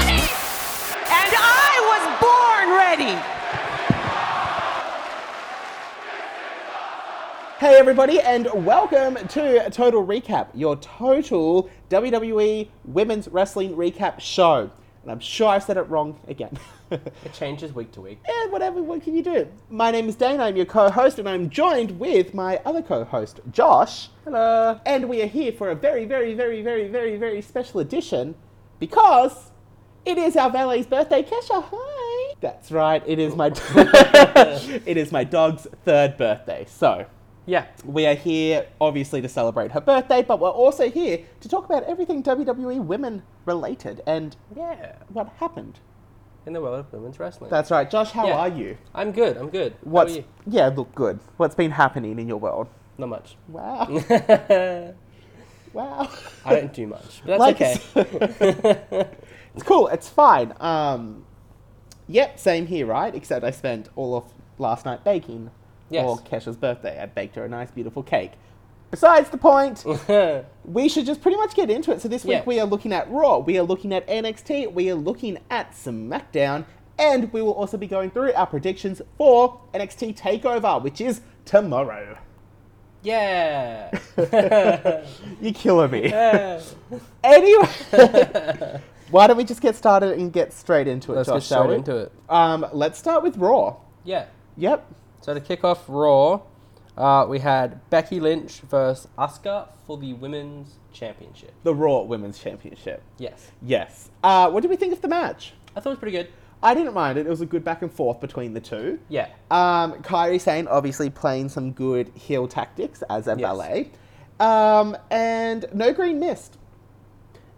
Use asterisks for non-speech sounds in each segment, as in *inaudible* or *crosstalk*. And I was born ready. Hey everybody, and welcome to Total Recap, your total WWE Women's Wrestling Recap show. And I'm sure I said it wrong again. *laughs* It changes week to week. yeah, "Eh, whatever. What can you do? My name is Dane. I'm your co-host, and I'm joined with my other co-host, Josh. Hello. And we are here for a very, very, very, very, very, very special edition because it is our valet's birthday. Kesha, hi. That's right. It is *laughs* my *laughs* it is my dog's third birthday. So Yeah. we are here obviously to celebrate her birthday, but we're also here to talk about everything WWE women related and Yeah. what happened. In the world of women's wrestling. That's right, Josh. How Yeah. are you? I'm good. I'm good. How are What's you? yeah? Look good. What's been happening in your world? Not much. *laughs* Wow, wow. I don't do much, but that's Like okay. It's cool. It's fine. Um, yep, same here, right? Except I spent all of last night baking Yes. for Kesha's birthday. I baked her a nice, beautiful cake. Besides the *laughs* point, we should just pretty much get into it. So this week Yeah. we are looking at Raw, we are looking at NXT, we are looking at SmackDown, and we will also be going through our predictions for NXT Takeover, which is tomorrow. *laughs* yeah. You're killing *laughs* me. Yeah. Anyway, *laughs* why don't we just get started and get straight into it, Let's Josh, get shall straight we? into it. Um, let's start with Raw. Yeah. Yep. So to kick off Raw, uh, we had Becky Lynch versus Asuka for the women's championship. The Raw Women's Championship. Yes. Yes. Uh, what did we think of the match? I thought it was pretty good. I didn't mind it. It was a good back and forth between the two. Yeah. Um, Kairi Sane obviously playing some good heel tactics as a Yes. ballet. Um, and no green mist.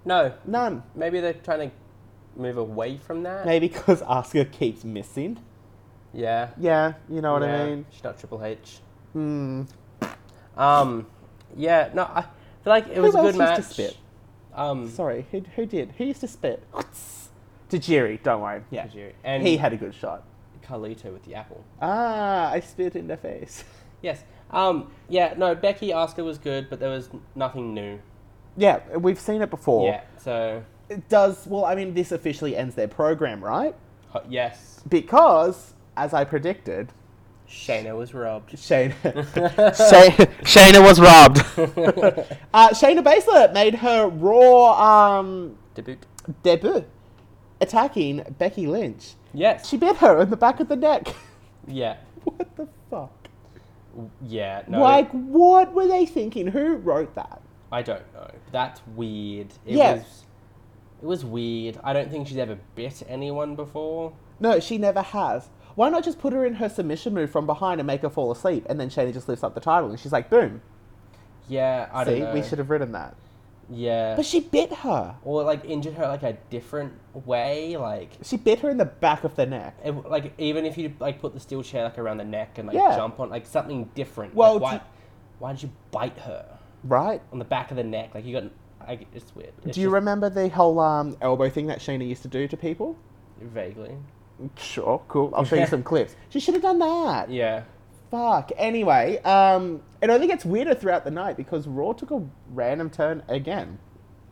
No. None. Maybe they're trying to move away from that. Maybe because Asuka keeps missing. Yeah. Yeah, you know what Yeah, I mean? She's not Triple H. Hmm. Um. Yeah. No. I feel like it was a else good used to match. spit? Um. Sorry, who, who did? Who used to spit? Tajiri, don't worry. Yeah. Tajiri. And- he had a good shot. Carlito with the apple. Ah, I spit in their face. Yes. Um. Yeah. No. Becky Asuka was good, but there was n- nothing new. *laughs* Yeah, we've seen it before. Yeah. So. It does, well, I mean, this officially ends their program, right? ho- Yes. Because, as I predicted, Shayna was robbed. Shayna, *laughs* Shay- Shayna was robbed. *laughs* uh, Shayna Baszler made her raw um, Debut. debut, attacking Becky Lynch. Yes. She bit her in the back of the neck. *laughs* yeah. what the fuck? Yeah. No. Like, what were they thinking? Who wrote that? I don't know. That's weird. It Yeah. was It was weird. I don't think she's ever bit anyone before. No, she never has. Why not just put her in her submission move from behind and make her fall asleep, and then Shayna just lifts up the title and she's like, boom. Yeah, I See, don't know. we should have written that. Yeah. But she bit her. or like injured her like a different way like She bit her in the back of the neck. it, like even if you like put the steel chair like around the neck and like Yeah. jump on like something different Well, like, why, do- why did you bite her Right? on the back of the neck like you got like it's weird It's Do you just- remember the whole um, elbow thing that Shayna used to do to people? vaguely Sure, cool. I'll show you *laughs* some clips. She should have done that. yeah Fuck. Anyway, um, it only gets weirder throughout the night because Raw took a random turn again.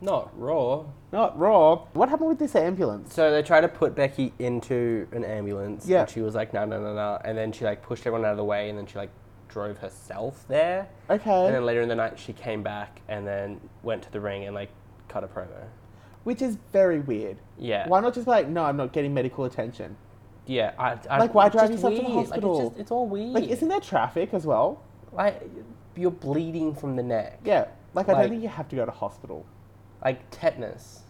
not raw Not Raw. What happened with this ambulance? so they tried to put becky into an ambulance Yeah. and she was like no no no no and then she like pushed everyone out of the way and then she like drove herself there and then Okay. later in the night she came back and then went to the ring and like cut a promo Which is very weird. Yeah. Why not just be like, no, I'm not getting medical attention? Yeah, I, I Like, why it's drive just yourself to the weird. Like, hospital? it's, just, it's all weird. Like, isn't there traffic as well? like you're bleeding from the neck? Yeah. Like, I Like- don't think you have to go to hospital. like tetanus.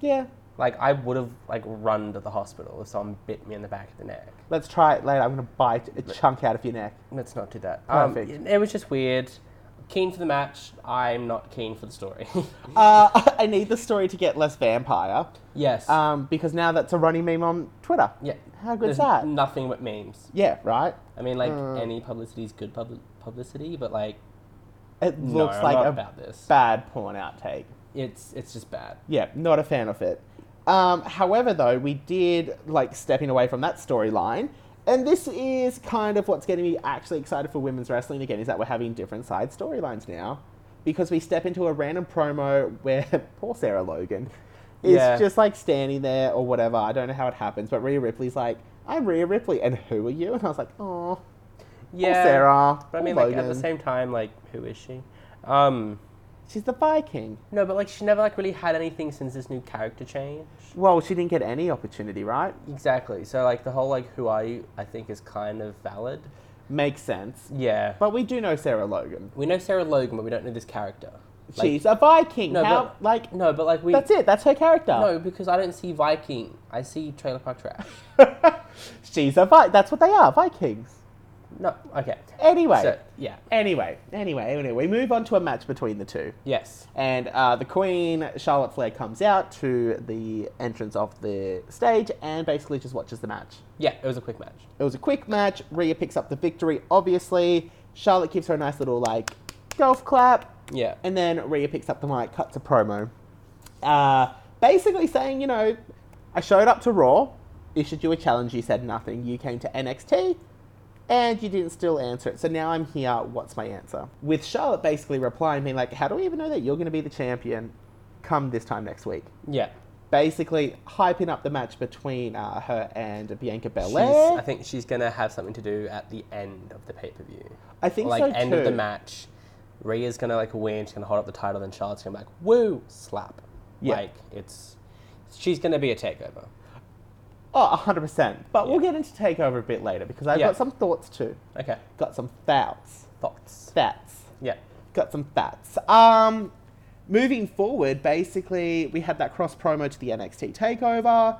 Yeah. Like I would have like run to the hospital if someone bit me in the back of the neck. Let's try it later. I'm going to bite a chunk out of your neck. Let's not do that. Perfect. Um, it, it was just weird. keen for the match. I'm not keen for the story. *laughs* Uh, *laughs* I need the story to get less vampire yes. um, because now that's a running meme on Twitter. yeah. How good's There's that? Nothing but memes. Yeah, right? I mean, like Uh. any publicity is good pub- publicity, but like It no, looks I'm like not a about this. bad porn outtake. It's it's just bad. Yeah, not a fan of it. Um, however, though, we did like stepping away from that storyline. And this is kind of what's getting me actually excited for women's wrestling again is that we're having different side storylines now. Because we step into a random promo where *laughs* poor Sarah Logan is Yeah. just like standing there or whatever. I don't know how it happens, but Rhea Ripley's like, I'm Rhea Ripley, and who are you? And I was like, oh, Yeah. Sarah, But I poor mean, like at the Logan. same time, like who is she? Um. she's the Viking. No, but like she never like really had anything since this new character change. Well, she didn't get any opportunity, right? Exactly. So like the whole like who are you? I think is kind of valid. Makes sense. Yeah. But we do know Sarah Logan. we know Sarah Logan, but we don't know this character. Like, She's a Viking. no, How, but, like, no, but like we. that's it. That's her character. No, because I don't see Viking. I see Trailer Park Trash. *laughs* She's a Vi. That's what they are, Vikings. no. Okay. Anyway. So, yeah. Anyway, anyway, anyway, we move on to a match between the two. Yes. And uh, the Queen, Charlotte Flair, comes out to the entrance of the stage and basically just watches the match. Yeah. It was a quick match. It was a quick match. Rhea picks up the victory, obviously. Charlotte gives her a nice little, like, golf clap. Yeah. And then Rhea picks up the mic, cuts a promo, uh, basically saying, you know, I showed up to Raw, issued you a challenge, you said nothing, you came to NXT, and you didn't still answer it. So now I'm here, what's my answer? With Charlotte basically replying, being like, how do we even know that you're going to be the champion come this time next week? yeah. Basically, hyping up the match between uh, her and Bianca She's, Belair. I think she's gonna have something to do at the end of the pay per view. I think like so end of the too. match. Rhea's gonna like win. She's gonna hold up the title. Then Charlotte's gonna be like, "Woo!" Slap. Yeah. Like it's. She's gonna be a takeover. Oh, 100%. But we'll Yeah. get into TakeOver a bit later because I've Yeah. got some thoughts too. Okay. Got some thoughts. Thoughts. Thoughts. Yeah. got some fats. Um, moving forward, basically, we had that cross promo to the NXT takeover.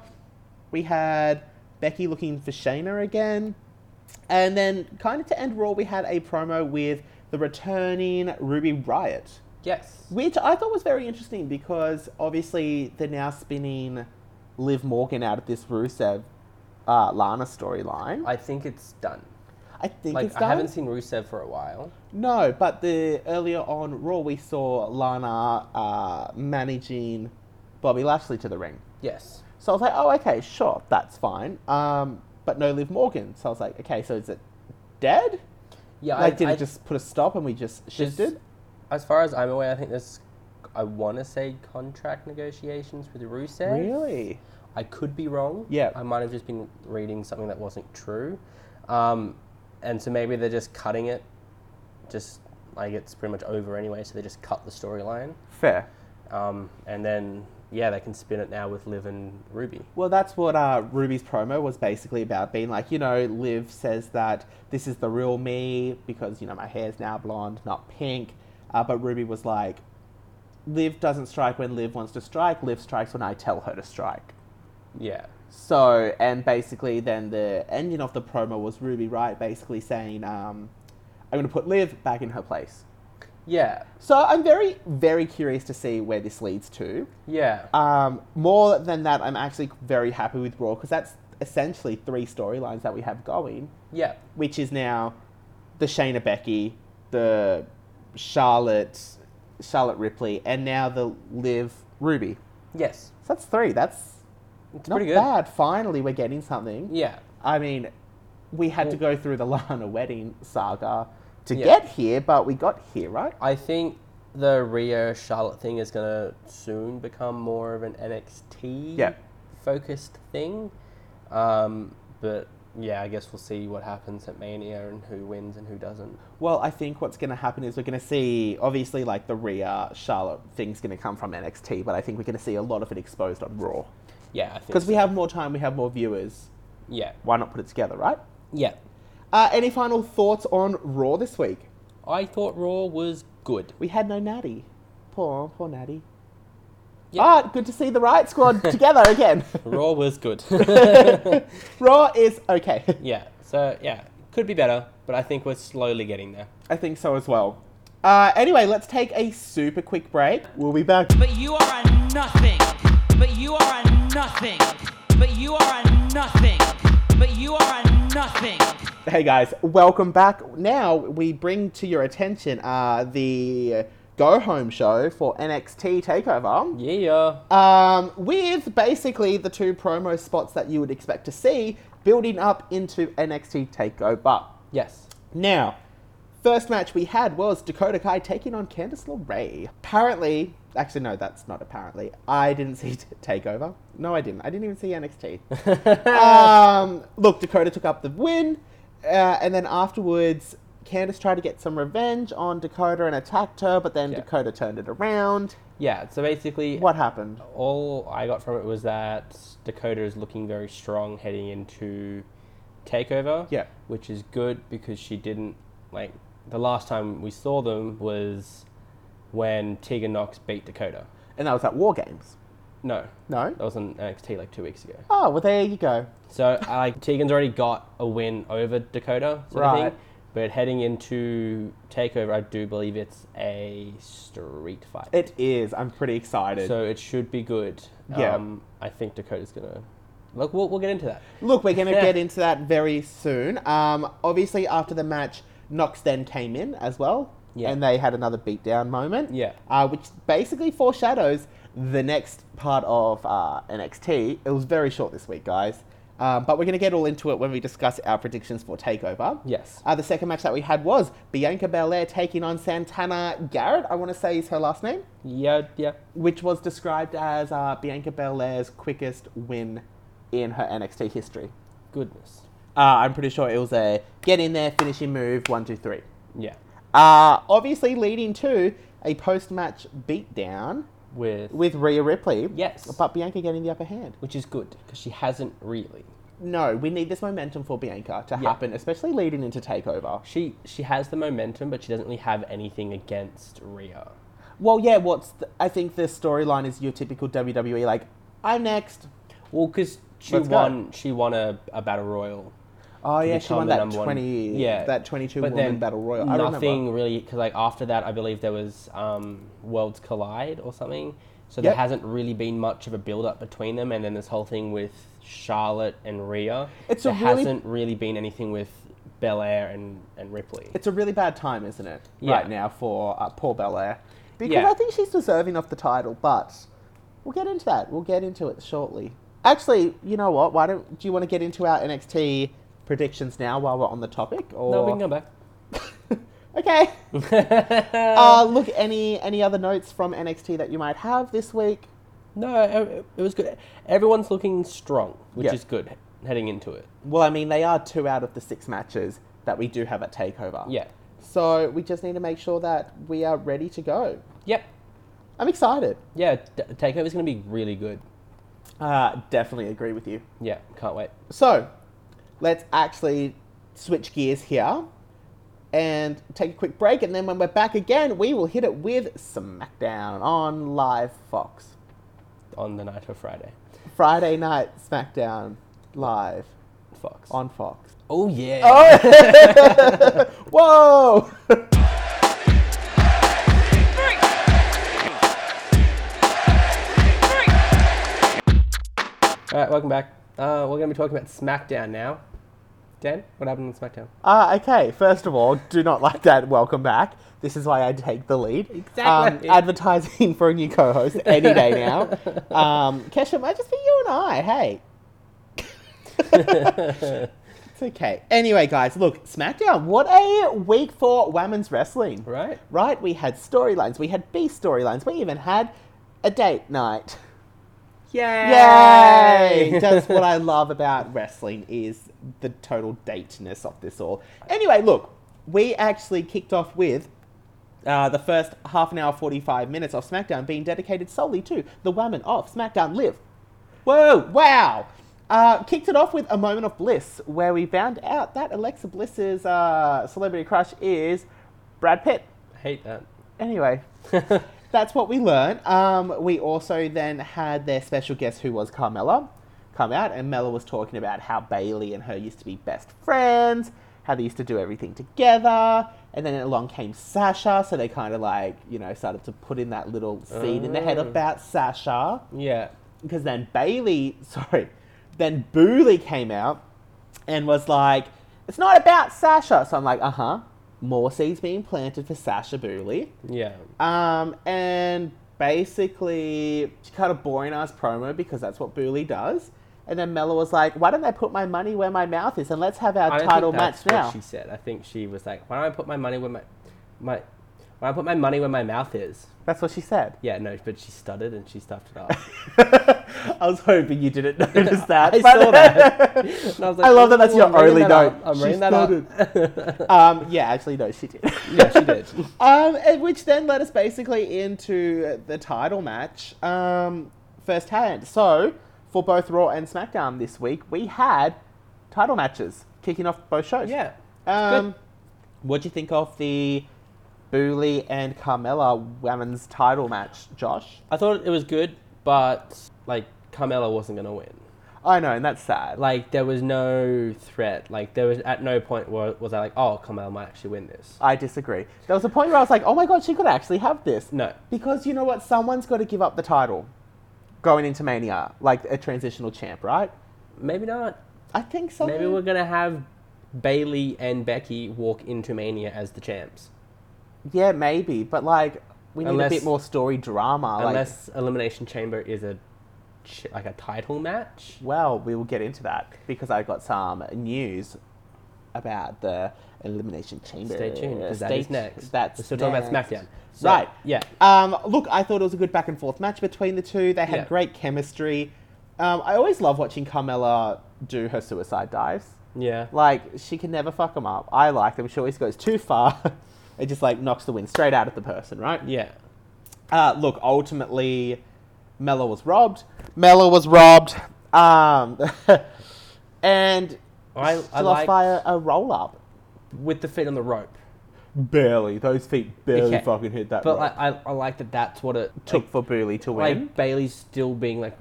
We had Becky looking for Shayna again. And then, kind of to end Raw, we had a promo with the returning Ruby Riot, Yes. which I thought was very interesting because obviously they're now spinning Liv Morgan out of this Rusev uh, Lana storyline. I, I think it's done. think Like it's I done. haven't seen Rusev for a while. No, but the earlier on Raw we saw Lana uh, managing Bobby Lashley to the ring. Yes. So I was like, oh, okay, sure, that's fine. Um, but no Liv Morgan. So I was like, okay, so is it dead? Yeah. like, I, did I, it just put a stop and we just there's- shifted? As far as I'm aware, I think there's. I want to say contract negotiations with Rusev. Really? I could be wrong. Yeah. I might have just been reading something that wasn't true. Um, and so maybe they're just cutting it. Just like it's pretty much over anyway, so they just cut the storyline. Fair. Um, and then, yeah, they can spin it now with Liv and Ruby. Well, that's what uh, Ruby's promo was basically about, being like, you know, Liv says that this is the real me because, you know, my hair's now blonde, not pink. Uh, but Ruby was like, Liv doesn't strike when Liv wants to strike, Liv strikes when I tell her to strike. Yeah. So, and basically, then the ending of the promo was Ruby Wright basically saying, um, I'm going to put Liv back in her place. Yeah. So, I'm very, very curious to see where this leads to. Yeah. Um, more than that, I'm actually very happy with Raw because that's essentially three storylines that we have going, yeah. which is now the Shayna Becky, the Charlotte, Charlotte Ripley, and now the Liv Ruby. Yes. So that's three. That's It's not pretty good. bad. Finally, we're getting something. Yeah. I mean, we had to Well- go through the *laughs* Lana wedding saga to Yeah. get here, but we got here, right? I think the Rio Charlotte thing is going to soon become more of an NXT Yeah. focused thing. Um, but yeah, I guess we'll see what happens at Mania and who wins and who doesn't. Well, I think what's going to happen is we're going to see, obviously, like the Rhea Charlotte thing's going to come from NXT, but I think we're going to see a lot of it exposed on Raw. Yeah, I think. Because we so. have more time, we have more viewers. Yeah. Why not put it together, right? Yeah. Uh, any final thoughts on Raw this week? I thought Raw was *laughs* good. We had no Natty. Poor, poor Natty. Yeah. But good to see the Riot Squad together again. Raw was good. *laughs* Raw is okay. yeah. So yeah, could be better, but I think we're slowly getting there. I think so as well. Uh, anyway, let's take a super quick break. We'll be back. But you are a nothing. But you are a nothing. But you are a nothing. But you are a nothing. Hey guys, welcome back. Now we bring to your attention uh, the Go Home show for NXT Takeover, Yeah. um, with basically the two promo spots that you would expect to see building up into NXT Takeover. Yes. Now, first match we had was Dakota Kai taking on Candice LeRae. Apparently, actually no, that's not apparently. I didn't *laughs* see t- Takeover. No, I didn't. I didn't even see *laughs* NXT. um, look, Dakota took up the win, uh, and then afterwards, Candace tried to get some revenge on Dakota and attacked her, but then Yeah. Dakota turned it around. Yeah. So basically, What happened? all I got from it was that Dakota is looking very strong heading into Takeover. Yeah. Which is good because she didn't like the last time we saw them was when Tegan Knox beat Dakota. And that was at War Games. No. No? That was on NXT like two weeks ago. Oh, well, there you go. So I like Tegan's already got a win over Dakota, sort of thing. Right. But heading into Takeover, I do believe it's a street fight. It is. I'm pretty excited. so it should be good. Yeah. Um, I think Dakota's gonna. Look, we'll, we'll get into that. Look, we're going to Yeah. get into that very soon. Um, obviously, after the match, Knox then came in as well. Yeah. And they had another beatdown moment. Yeah. Uh, which basically foreshadows the next part of uh, NXT. It was very short this week, guys. Um, but we're going to get all into it when we discuss our predictions for TakeOver. Yes. Uh, the second match that we had was Bianca Belair taking on Santana Garrett, I want to say is her last name, Yeah, yeah. which was described as uh, Bianca Belair's quickest win in her NXT history. Goodness. Uh, I'm pretty sure it was a get in there, finishing move, one, two, three. Yeah. Uh, obviously, leading to a post match beatdown With, with Rhea Ripley. Yes. But Bianca getting the upper hand. which is good because she hasn't really. No, we need this momentum for Bianca to Yeah. happen, especially leading into TakeOver. She she has the momentum, but she doesn't really have anything against Rhea. Well, yeah, what's. The, I think the storyline is your typical WWE, like, I'm next. Well, because she Let's go. won she won a, a battle royal. Oh, to yeah, she become won the that number one- 20. yeah, That 22 but woman then battle royal. I don't Nothing remember. really, because like after that, I believe there was um, Worlds Collide or something. So Yep. there hasn't really been much of a build up between them, and then this whole thing with Charlotte and Rhea. It's a there really- hasn't really been anything with Belair and and Ripley. It's a really bad time, isn't it? Yeah. Right now for uh, poor Belair. Because Yeah. I think she's deserving of the title, but we'll get into that. We'll get into it shortly. Actually, you know what? Why don't do you want to get into our NXT predictions now while we're on the topic? Or No, we can come back. *laughs* *laughs* okay. uh, look, any any other notes from NXT that you might have this week? No, it, it was good. Everyone's looking strong, which Yeah. is good heading into it. Well, I mean, they are two out of the six matches that we do have at Takeover. Yeah. So we just need to make sure that we are ready to go. Yep. I'm excited. Yeah, t- Takeover's going to be really good. Uh, definitely agree with you. Yeah, can't wait. So, let's actually switch gears here and take a quick break. And then when we're back again, we will hit it with SmackDown on Live Fox. On the night of Friday. Friday night SmackDown Live Fox. on Fox. Oh, yeah. Whoa! *laughs* All right, welcome back. Uh, we're going to be talking about SmackDown now. Dan, what happened on SmackDown? Ah, okay. First of all, do not like that. Welcome back. This is why I take the lead. Exactly. Um, advertising for a new co-host any day *laughs* now. Um, Kesha, it might just be you and I. Hey. it's okay. Anyway, guys, look, SmackDown. What a week for women's wrestling. Right? Right. We had storylines. We had B storylines. We even had a date night. Yay! Yay! That's what I love about wrestling is the total dateness of this all. Anyway, look, we actually kicked off with uh, the first half an hour, 45 minutes of SmackDown being dedicated solely to the women of SmackDown Live. Whoa, wow! Uh, kicked it off with a moment of bliss where we found out that Alexa Bliss's uh, celebrity crush is Brad Pitt. I hate that. *laughs* Anyway, that's what we learned. Um, we also then had their special guest, who was Carmella, come out, and Mella was talking about how Bailey and her used to be best friends, how they used to do everything together. And then along came Sasha, so they kind of like, you know, started to put in that little seed in the head about Sasha. Yeah. Because then Bailey, *laughs* sorry, then Booley came out and was like, it's not about Sasha. So I'm like, uh huh. More seeds being planted for Sasha Booley. Yeah. Um, and basically, she cut a boring ass promo because that's what Booley does. And then Mella was like, "Why don't I put my money where my mouth is and let's have our I don't title think that's match now?" What she said. I think she was like, "Why don't I put my money where my my why don't I put my money where my mouth is?" That's what she said. *laughs* Yeah, no, but she stuttered and she stuffed it up. I was hoping you didn't notice that. *laughs* I but- saw that. And I, was like, I love that "Ooh, that's your I'm reading only that up. note. I'm She reading that *laughs* up. um, yeah, actually, no, she did. *laughs* *laughs* yeah, she did. Um, and which then led us basically into the title match um, firsthand. So, for both Raw and SmackDown this week, we had title matches kicking off both shows. Yeah. Um, what do you think of the Booley and Carmella women's title match, Josh? I thought it was good, but like Carmella wasn't gonna win. I know, and that's sad. Like, Like there was no threat. Like there was at no point where was I like, oh, Carmella might actually win this. I disagree. There was a point where I was like, oh my god, she could actually have this. No. Because you know what? Someone's got to give up the title going into Mania, like a transitional champ, right? Maybe not. I think so. Maybe we're gonna have Bailey and Becky walk into Mania as the champs, Yeah, maybe, but like we need Unless- a bit more story drama. like, unless Elimination Chamber is a ch- like a title match. well, we will get into that because I got some news about the elimination chamber. Stay tuned because that Stay is t- next. That's we're still talking about next. SmackDown. So, right. Yeah. Um, look, I thought it was a good back and forth match between the two. They had Yeah. great chemistry. Um, I always love watching Carmella do her suicide dives. Yeah. Like she can never fuck them up. I like them. She always goes too far. *laughs* it just like knocks the wind straight out of the person, right? yeah. Uh, look, ultimately, Mello was robbed. Mello was robbed. Um, *laughs* and I- I still liked- fire a roll up. With the feet on the rope. Barely. Those feet barely Okay. fucking hit that. But rope. like, I, I like that that's what it took like, for Booley to like win. Bailey's still being like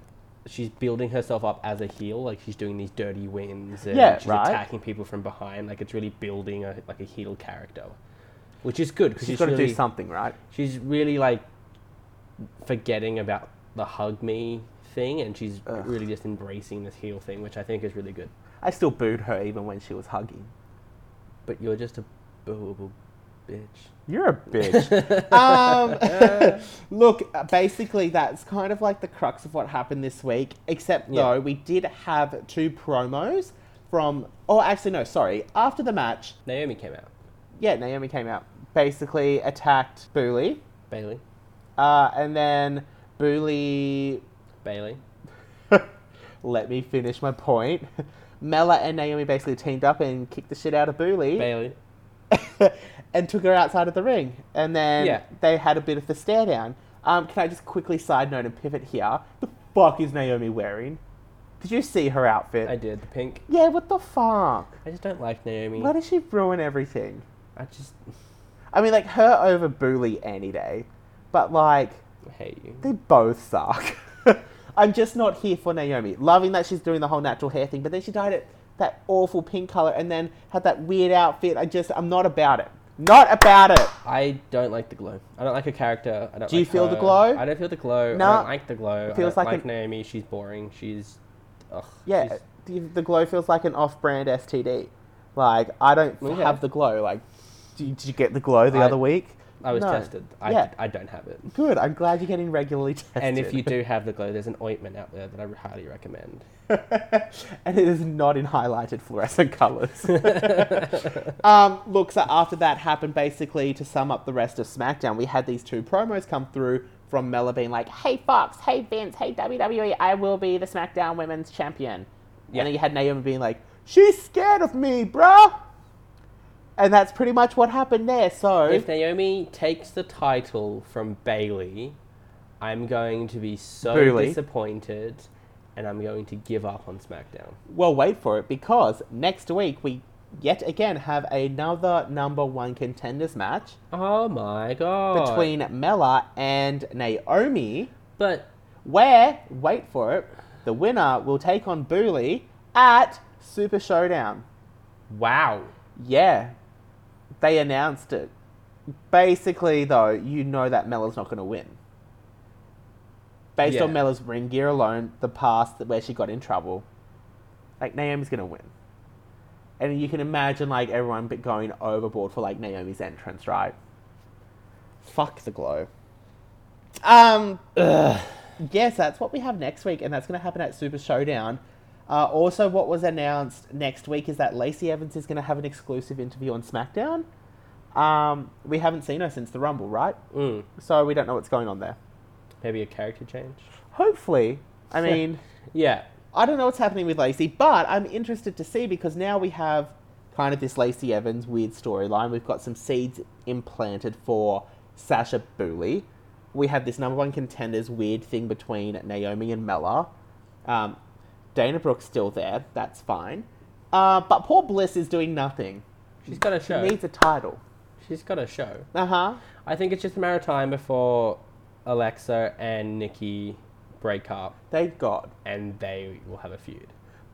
she's building herself up as a heel like she's doing these dirty wins and Yeah, she's right. attacking people from behind like it's really building a like a heel character which is good because She's got to really, do something, right? she's really like forgetting about the hug me thing and she's really just embracing this heel thing which I think is really good I still booed her even when she was hugging. but you're just a booable bitch You're a *laughs* bitch. um, *laughs* look, uh, basically, that's kind of like the crux of what happened this week. Except, Yeah. though, we did have two promos from. Oh, actually, no, sorry. After the match, Naomi came out yeah, Naomi came out, basically attacked Booley, Bailey uh, and then Booley. Bailey *laughs* Let me finish my point. *laughs* Mella and Naomi basically teamed up and kicked the shit out of Booley. Bailey *laughs* and took her outside of the ring. And then Yeah. they had a bit of the stare down. Um, can I just quickly side note and pivot here? The fuck is Naomi wearing? Did you see her outfit? I did the pink Yeah, what the fuck? I just don't like Naomi Why does she ruin everything? I just *laughs* I mean, like, her over Booley any day. But, like, hate you. they both suck. *laughs* I'm just not here for Naomi. Loving that she's doing the whole natural hair thing, but then she dyed it that awful pink color and then had that weird outfit. I just, I'm not about it. Not about it. I don't like the glow. I don't like her character. I don't. Do you like feel the her. glow? I don't feel the glow. No. I don't like the glow. It feels I like don't like an- Naomi. She's boring. She's, ugh. Yeah, she's- the, the glow feels like an off-brand STD. Like I don't Okay. have the glow. Like, did you, did you get the glow the I- other week? I was No. tested. I, yeah, I don't have it. good. I'm glad you're getting regularly *laughs* tested. And if you do have the glow, there's an ointment out there that I highly recommend. *laughs* and it is not in highlighted fluorescent colors. *laughs* um, look, so after that happened, basically to sum up the rest of SmackDown, we had these two promos come through from Mella being like, "Hey Fox, hey Vince, hey WWE, I will be the SmackDown Women's Champion," Yeah. and then you had Naomi being like, "She's scared of me, bruh." And that's pretty much what happened there. So If Naomi takes the title from Bailey, I'm going to be so Really? disappointed, and I'm going to give up on SmackDown. Well, wait for it because next week we yet again have another number one contenders match Oh my god. between Mella and Naomi, but where, wait for it, the winner will take on Booley at Super Showdown. wow. Yeah, they announced it. Basically, though, you know that Mela's not going to win. Based on Yeah. Mela's ring gear alone, the past that- where she got in trouble, like Naomi's going to win. And you can imagine like everyone but going overboard for like Naomi's entrance, right? Fuck the glow. Um, yes, that's what we have next week, and that's going to happen at Super Showdown. Uh, also, what was announced next week is that Lacey Evans is going to have an exclusive interview on SmackDown. Um, we haven't seen her since the Rumble, right? Mm. So we don't know what's going on there. Maybe a character change. Hopefully, I mean, *laughs* Yeah. I don't know what's happening with Lacey, but I'm interested to see because now we have kind of this Lacey Evans weird storyline. We've got some seeds implanted for Sasha Booley. We had this number one contenders weird thing between Naomi and Mella. Um, Dana Brooke's still there. That's fine. Uh, but poor Bliss is doing nothing. She's got a show. Needs a title. She's got a show. Uh huh. I think it's just a matter of time before Alexa and Nikki break up Thank God. and they will have a feud.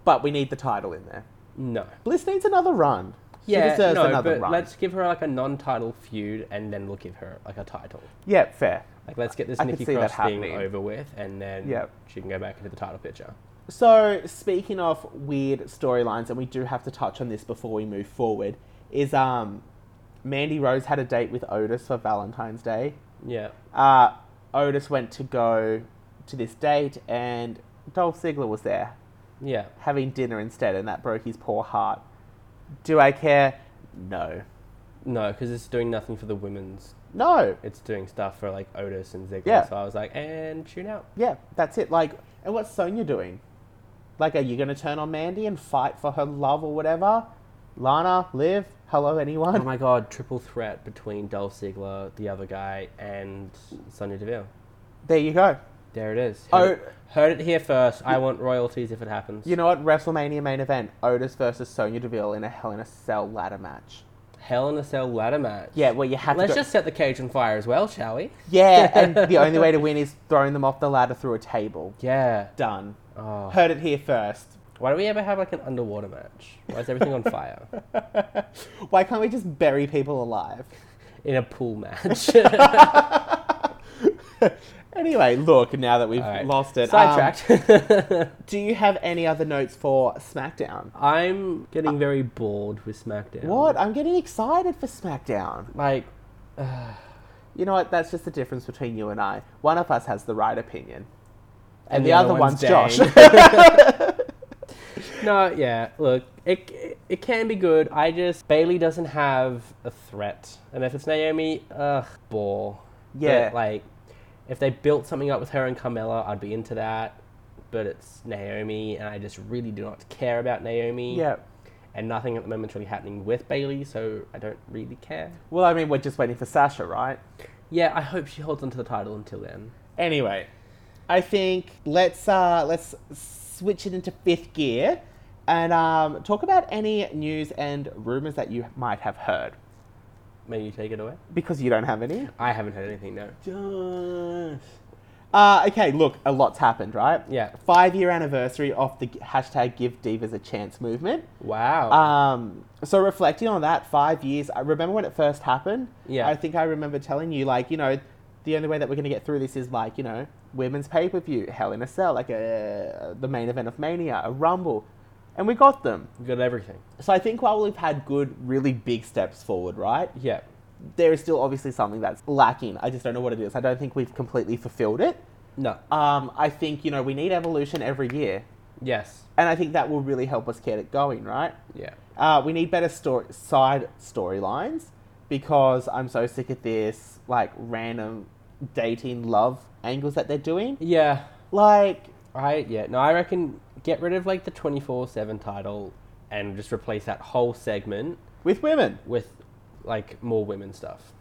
But we need the title in there. No. Bliss needs another run. She deserves no, another but run. let's give her like a non-title feud and then we'll give her like a title. Yeah, fair. Like let's get this I could Nikki see that Cross thing happening. over with and then Yep. she can go back into the title picture. So, speaking of weird storylines, and we do have to touch on this before we move forward, is um, Mandy Rose had a date with Otis for Valentine's Day. Yeah. Uh, Otis went to go to this date, and Dolph Ziggler was there Yeah. having dinner instead, and that broke his poor heart. Do I care? No. No, because it's doing nothing for the women's. No. It's doing stuff for like Otis and Ziggler. Yeah. So I was like, and tune out. Yeah, that's it. Like, and what's Sonya doing? Like, are you going to turn on Mandy and fight for her love or whatever? Lana, Liv, hello, anyone? Oh my god, triple threat between Dolph Ziggler, the other guy, and Sonya Deville. There you go. There it is. Oh. Heard, it, heard it here first. I want royalties if it happens. You know what? WrestleMania main event: Otis versus Sonya Deville in a Hell in a Cell ladder match. Hell in a Cell ladder match. Yeah, well, you have Let's to. go- just set the cage on fire as well, shall we? *laughs* Yeah, and the only way to win is throwing them off the ladder through a table. Yeah. Done. Oh. Heard it here first. Why don't we ever have like an underwater match? Why is everything on *laughs* fire? Why can't we just bury people alive? In a pool match. *laughs* Anyway, look. Now that we've Alright. lost it, um, Sidetracked. *laughs* do you have any other notes for SmackDown? I'm getting very bored with SmackDown. What? I'm getting excited for SmackDown. Like, You know what? That's just the difference between you and I. One of us has the right opinion, and, the, the other, other one's, one's Josh. dang. *laughs* no, yeah. Look, it, it it can be good. I just Bailey doesn't have a threat, and if it's Naomi, ugh, bore. Yeah. But, like, if they built something up with her and Carmella, I'd be into that. But it's Naomi, and I just really do not care about Naomi. yeah. And nothing at the moment's really happening with Bailey, so I don't really care. Well, I mean, we're just waiting for Sasha, right? Yeah, I hope she holds onto the title until then. Anyway, I think let's uh, let's switch it into fifth gear and um, talk about any news and rumors that you might have heard May you take it away. because you don't have any. I haven't heard anything. No. Uh, okay, look, a lot's happened, right? Yeah. Five year anniversary of the hashtag Give Divas a Chance movement. Wow. Um, so reflecting on that five years, I remember when it first happened. Yeah. I think I remember telling you, like, you know, the only way that we're going to get through this is like, you know, women's pay per view, Hell in a Cell, like uh, the main event of Mania, a Rumble, and we got them. Good everything. So I think while we've had good, really big steps forward, right? Yeah. There is still obviously something that's lacking. I just don't know what it is. I don't think we've completely fulfilled it. No. uh, Um, I think you know we need evolution every year, yes. and I think that will really help us get it going, right? Yeah. Uh, we need better story side storylines because I'm so sick of this like random dating love angles that they're doing. Yeah. Like, I yeah. No, I reckon get rid of like the twenty four seven title and just replace that whole segment with women, with like more women stuff.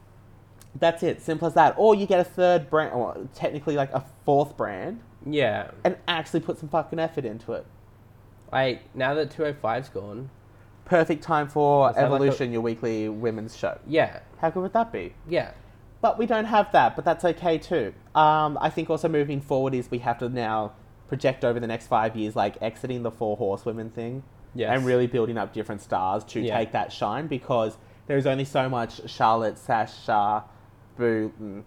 that's it. Simple as that. Or you get a third brand, or technically like a fourth brand, Yeah. and actually put some fucking effort into it. Like now that two oh five's gone, Perfect time for Is that like a- Evolution, your weekly women's show. yeah. How good would that be? Yeah. But we don't have that, but that's okay too. Um, I think also moving forward is we have to now project over the next five years, like exiting the four horsewomen thing. Yes. and really building up different stars to Yeah. take that shine because there's only so much Charlotte, Sasha, Boo, mm,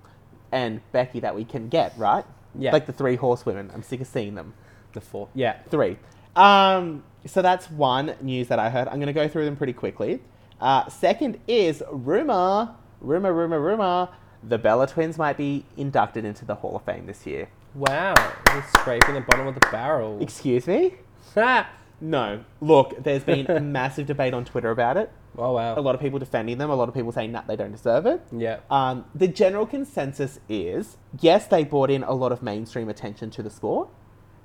and Becky that we can get, right? Yeah. Like the three horsewomen. I'm sick of seeing them. The four. Yeah. Three. Um, so that's one news that I heard. I'm going to go through them pretty quickly. Uh, second is rumor, rumor, rumor, rumor. The Bella twins might be inducted into the Hall of Fame this year. Wow. He's scraping the bottom of the barrel. *laughs* Excuse me? oh No. Look, there's been a massive debate on Twitter about it. Oh, wow. A lot of people defending them, a lot of people saying, nah, they don't deserve it. Yeah. Um, the general consensus is yes, they brought in a lot of mainstream attention to the sport.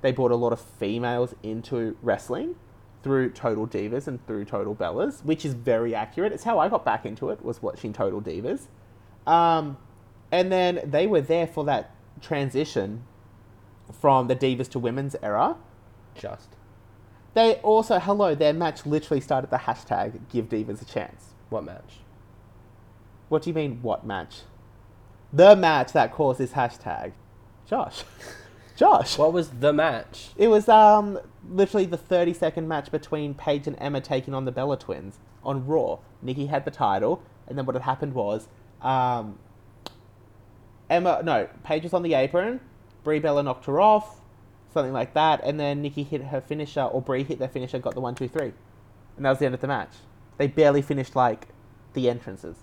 They brought a lot of females into wrestling through Total Divas and through Total Bellas, which is very accurate. It's how I got back into it was watching Total Divas, um, and then they were there for that transition from the Divas to Women's era. Just. They also hello their match literally started the hashtag Give Divas a Chance. What match? What do you mean, what match? The match that caused this hashtag. Josh. Josh. What was the match? it was um literally the 30 second match between Paige and Emma taking on the Bella twins on Raw. Nikki had the title, and then what had happened was um, Emma, no, Paige was on the apron, Brie Bella knocked her off, something like that, and then Nikki hit her finisher, or Brie hit their finisher, got the one, two, three. And that was the end of the match. They barely finished, like, the entrances.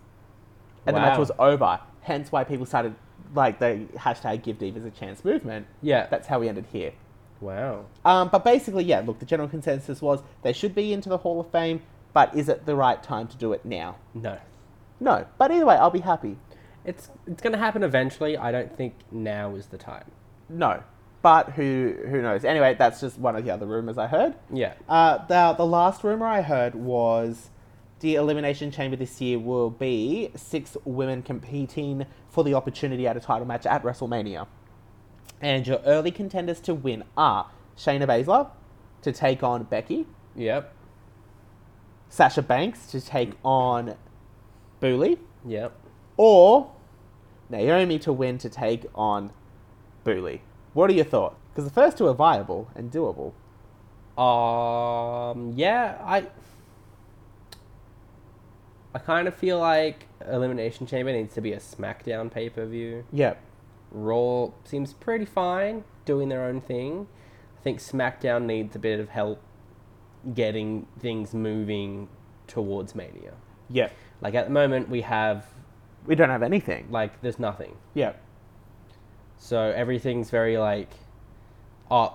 And the match Wow. was over. Hence why people started, like, the hashtag give divas a chance movement. Yeah. That's how we ended here. Wow. Um, but basically, yeah, look, the general consensus was they should be into the Hall of Fame, but is it the right time to do it now? No. No. But either way, I'll be happy. It's it's gonna happen eventually. I don't think now is the time. No. But who who knows? Anyway, that's just one of the other rumors I heard. Yeah. Uh, the, the last rumor I heard was the Elimination Chamber this year will be six women competing for the opportunity at a title match at WrestleMania. And your early contenders to win are Shayna Baszler to take on Becky, Yep. Sasha Banks to take on Booley, Yep. or Naomi to win to take on Booley. What are your thoughts? Because the first two are viable and doable. Um. Yeah. I. I kind of feel like Elimination Chamber needs to be a SmackDown pay per view. Yep. Raw seems pretty fine, doing their own thing. I think SmackDown needs a bit of help getting things moving towards Mania. Yep. Like at the moment, we have We don't have anything. like there's nothing. Yep. So everything's very like, oh,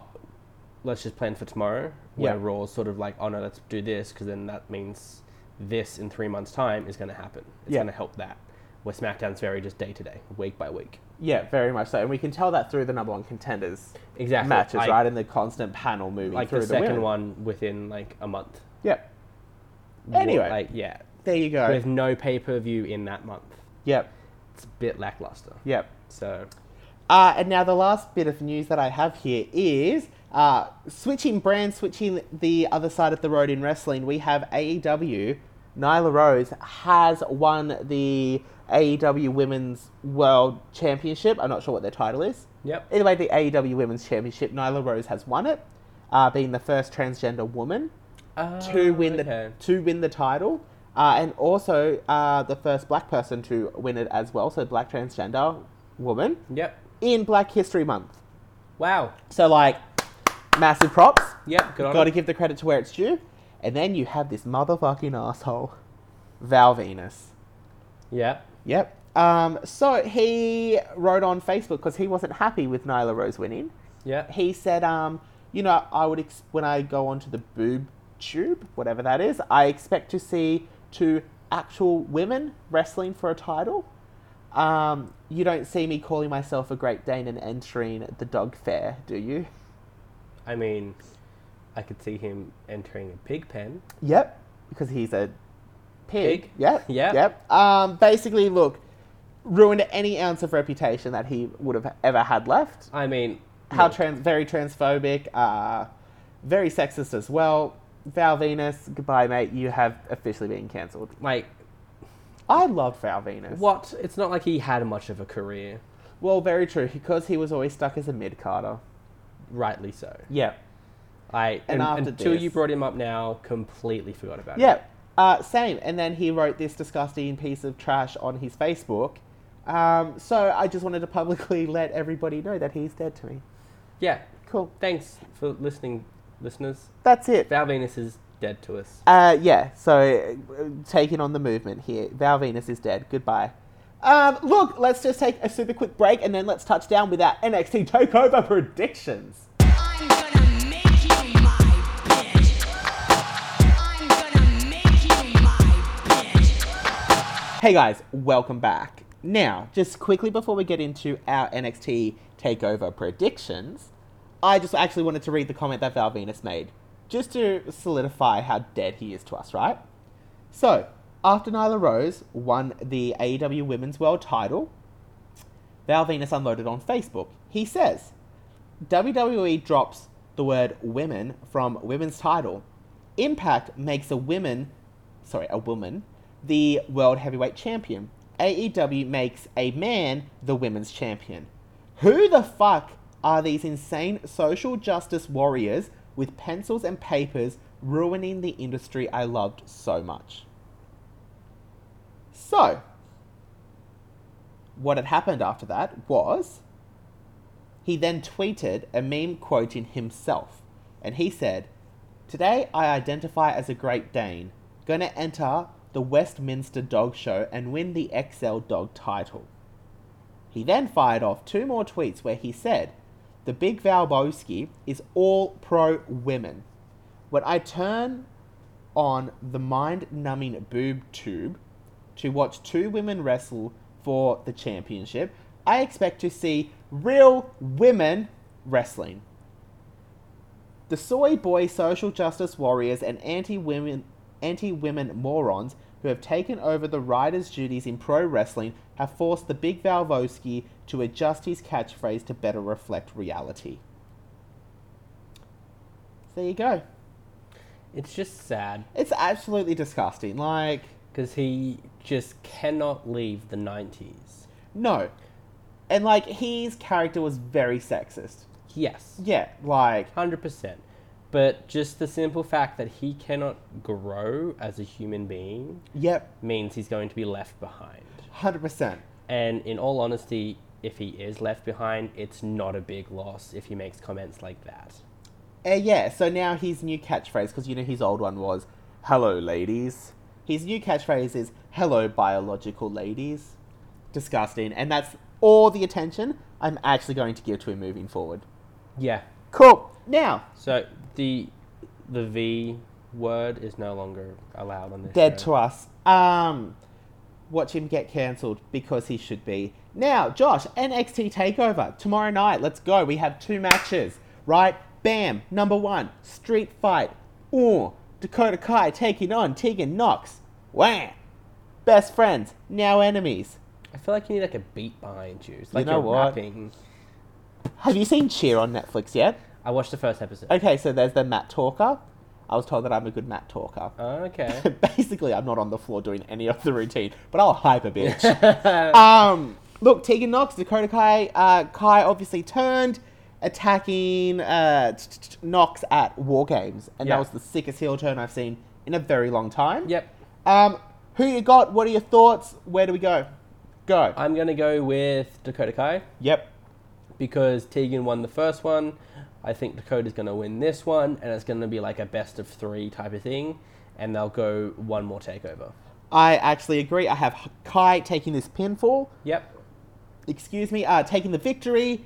let's just plan for tomorrow. Where Yeah. Raw's sort of like, oh no, let's do this because then that means this in three months' time is going to happen. It's Yeah. going to help that. Where SmackDown's very just day to day, week by week. Yeah, very much so. And we can tell that through the number one contenders Exactly. matches, Like- right? And the constant panel moving Like through the second women. one within like a month. Yep. What- Anyway, like yeah, there you go. with no pay per view in that month, Yep. it's a bit lackluster. Yep. So Uh, and now the last bit of news that I have here is uh, switching brands, switching the other side of the road in wrestling. We have AEW. Nyla Rose has won the AEW Women's World Championship. I'm not sure what their title is. Yep. Either way, the AEW Women's Championship. Nyla Rose has won it, uh, being the first transgender woman to win Oh, okay. the to win the title, uh, and also uh, the first black person to win it as well. So black transgender woman Yep. in Black History Month. Wow. So like, massive props. Yep. Good on Got to him. give the credit to where it's due. And then you have this motherfucking asshole, Val Venus. Yep. Yep. Um, so he wrote on Facebook because he wasn't happy with Nyla Rose winning. Yep. He said, um, you know, I would ex- when I go onto the boob tube, whatever that is, I expect to see two actual women wrestling for a title. Um, you don't see me calling myself a Great Dane and entering the dog fair, do you? I mean, I could see him entering a pig pen. Yep, because he's a pig. Pig. Yep. *laughs* Yep. Yep. Um, basically, look, ruined any ounce of reputation that he would have ever had left. I mean, how look, trans very transphobic, uh, very sexist as well. Val Venus, goodbye, mate. You have officially been cancelled. like I loved Val Venus. what? It's not like he had much of a career, Well, very true because he was always stuck as a mid Carter. rightly so. Yeah. I And un- after until you this- brought him up now, completely forgot about it. Yeah, uh, same. And then he wrote this disgusting piece of trash on his Facebook. Um, so I just wanted to publicly *laughs* let everybody know that he's dead to me. Yeah. Cool. Thanks for listening, listeners. That's it. Val Venus is dead to us. Uh, yeah, so uh, taking on the movement here. Val Venus is dead. Goodbye. Um, look, let's just take a super quick break and then let's touch down with our NXT TakeOver predictions. I'm gonna make you my bitch. I'm gonna make you my bitch. Hey guys, welcome back. Now, just quickly before we get into our NXT TakeOver predictions, I just actually wanted to read the comment that Val Venus made, just to solidify how dead he is to us, right? So, after Nyla Rose won the AEW Women's World title, Val Venus unloaded on Facebook. He says, WWE E drops the word women from women's title. Impact makes a women, sorry, a woman, the world heavyweight champion. AEW makes a man the women's champion. Who the fuck are these insane social justice warriors with pencils and papers ruining the industry I loved so much? So, what had happened after that was he then tweeted a meme quoting himself, and he said, Today I identify as a Great Dane, gonna enter the Westminster Dog Show and win the XL Dog title. He then fired off two more tweets where he said, The big Valboski is all pro women. When I turn on the mind numbing boob tube to watch two women wrestle for the championship, I expect to see real women wrestling. The soy boy social justice warriors and anti women anti women morons who have taken over the writer's duties in pro wrestling have forced the big Valvoski to adjust his catchphrase to better reflect reality. There you go. It's just sad It's absolutely disgusting. Like, because he just cannot leave the 90s. no. And, like, his character was very sexist. Yes. Yeah, like, Hundred percent. But just the simple fact that he cannot grow as a human being yep, means he's going to be left behind. 100%. And in all honesty, if he is left behind, it's not a big loss if he makes comments like that. Uh, yeah, so now his new catchphrase, because you know his old one was, hello, ladies. His new catchphrase is, hello, biological ladies. Disgusting. And that's all the attention I'm actually going to give to him moving forward. Yeah. Cool. Now, So the the V word is no longer allowed on this. dead show. to us. Um, watch him get cancelled because he should be. Now, Josh, NXT Takeover tomorrow night. Let's go. We have two matches, right? Bam. Number one, Street Fight. Ooh, Dakota Kai taking on Tegan Knox. Wham. Best friends, now enemies. I feel like you need like a beat behind you. It's like you know are what? rapping. Have you seen Cheer on Netflix yet? I watched the first episode. Okay, so there's the Matt Talker. I was told that I'm a good Matt Talker. Oh, Okay. *laughs* *laughs* Basically, I'm not on the floor doing any of the routine, but I'll hype a bitch. um, look, Tegan Knox, Dakota Kai, uh, Kai obviously turned, attacking uh, t- t- t- Knox at War Games, and Yeah. that was the sickest heel turn I've seen in a very long time. yep. Um, who you got? What are your thoughts? Where do we go? Go. I'm gonna go with Dakota Kai. yep. because Tegan won the first one. I think Dakota's going to win this one, and it's going to be like a best of three type of thing, and they'll go one more takeover. I actually agree. I have Kai taking this pinfall. Yep. excuse me, uh, taking the victory.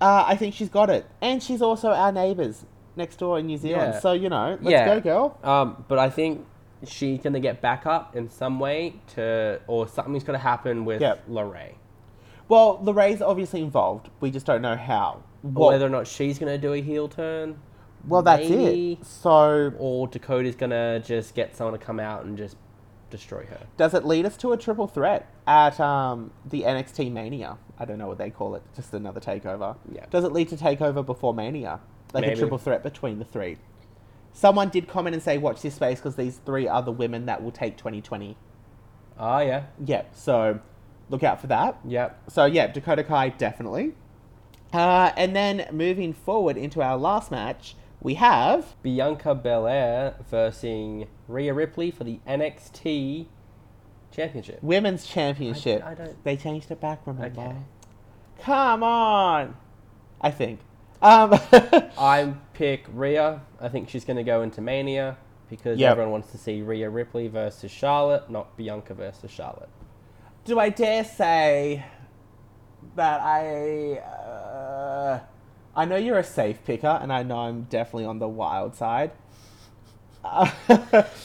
Uh, I think she's got it, and she's also our neighbours next door in New Zealand. Yeah. So you know, let's yeah. go, girl. Um, but I think she's going to get back up in some way to, or something's going to happen with Yep. Lorraine. Well, the Rays are obviously involved. We just don't know how. Or Well, whether or not she's going to do a heel turn. well that's maybe- it. So Or Dakota's going to just get someone to come out and just destroy her. does it lead us to a triple threat at um, the NXT Mania? I don't know what they call it. Just another takeover. Yeah. Does it lead to takeover before Mania? Like a Maybe. triple threat between the three. Someone did comment and say, "Watch this space," because these three are the women that will take 2020. Ah, yeah. Yeah, so look out for that. Yep. So yeah, Dakota Kai definitely. Uh, and then moving forward into our last match, we have Bianca Belair versus Rhea Ripley for the NXT Championship. Women's Championship. I don't- They changed it back, remember? Okay. Come on! I think. Um, *laughs* I pick Rhea. I think she's going to go into Mania because Yep. everyone wants to see Rhea Ripley versus Charlotte, not Bianca versus Charlotte. do I dare say that I. Uh, I know you're a safe picker, and I know I'm definitely on the wild side. *laughs* Uh,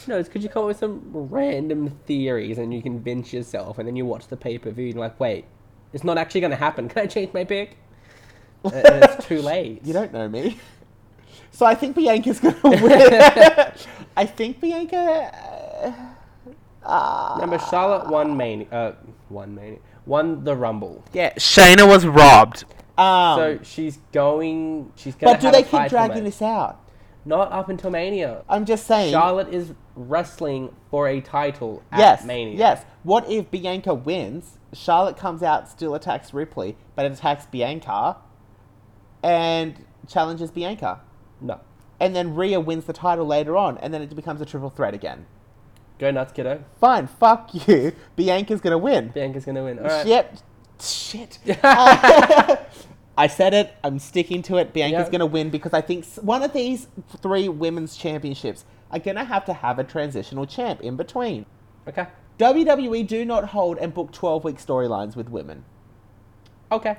No, it's because you come up with some random theories and you convince yourself, and then you watch the pay per view and you're like, wait, it's not actually going to happen. *laughs* Can I change my pick? and and Uh, it's *laughs* too late. You don't know me. So I think Bianca's *laughs* gonna win. *laughs* I think Bianca. Uh, uh, Remember, Charlotte won Mania. Uh, won Mania. Won the Rumble. yeah, Shayna was robbed. Um, So she's going. She's going. but do they keep dragging this out? Not up until Mania. I'm just saying. Charlotte is wrestling for a title at yes, Mania. yes. What if Bianca wins? Charlotte comes out, still attacks Ripley, but attacks Bianca, and challenges Bianca, No. and then Rhea wins the title later on, and then it becomes a triple threat again. Go nuts, kiddo. Fine, fuck *laughs* you. Bianca's gonna win. Bianca's gonna win. All right. Yep. *laughs* Shit. *laughs* Uh, I said it. I'm sticking to it. Bianca's Yep. going to win because I think s- one of these three women's championships are going to have to have a transitional champ in between. Okay. WWE E do not hold and book 12 week storylines with women. Okay.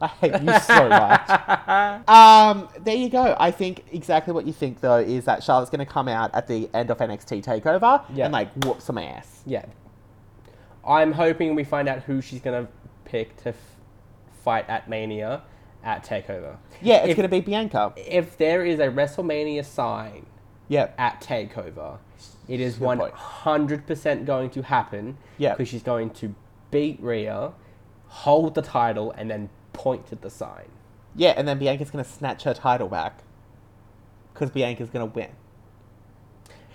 I hate you so much. *laughs* um, there you go. I think exactly what you think, though, is that Charlotte's going to come out at the end of NXT TakeOver Yeah. and, like, whoop some ass. Yeah. I'm hoping we find out who she's gonna pick to f- fight at Mania at Takeover. Yeah, it's If- going to be Bianca. If there is a WrestleMania sign Yep. at Takeover, it is Good point. 100% going to happen. Yeah. Because she's going to beat Rhea, hold the title, and then point at the sign. Yeah, and then Bianca's gonna snatch her title back. Because Bianca's gonna *laughs* win. *laughs*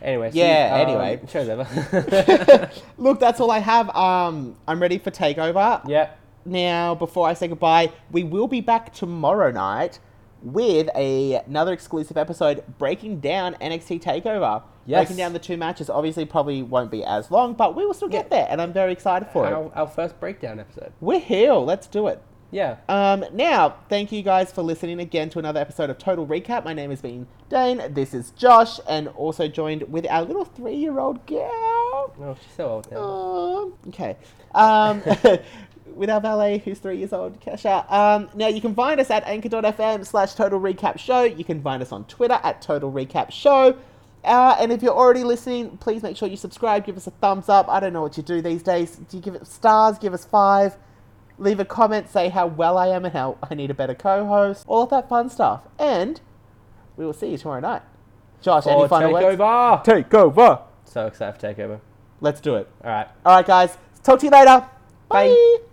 Anyway. so, Yeah, um, anyway. *laughs* Show's over. *laughs* *laughs* Look, that's all I have. Um, I'm ready for takeover. yep. Now, before I say goodbye, we will be back tomorrow night with a, another exclusive episode breaking down NXT Takeover. Yes. Breaking down the two matches. Obviously, probably won't be as long, but we will still get there, and I'm very excited for it. Our, our first breakdown episode. We're here. Let's do it. Yeah. Um, now, thank you guys for listening again to another episode of Total Recap. My name has been Dane. This is Josh, and also joined with our little three-year-old girl. Oh, she's so old now. Um, okay. Um, *laughs* with our valet, who's three years old, Kesha. Um, now, you can find us at anchor.fm slash Total Recap Show. You can find us on Twitter at Total Recap Show. Uh, and if you're already listening, please make sure you subscribe, give us a thumbs up. I don't know what you do these days. Do you give it stars? Give us five. Leave a comment, say how well I am and how I need a better co host. All of that fun stuff. And we will see you tomorrow night. Josh, any Oh, final words? takeover! Take over. So excited for takeover. Let's do it. All right. All right, guys. Talk to you later. Bye. Bye.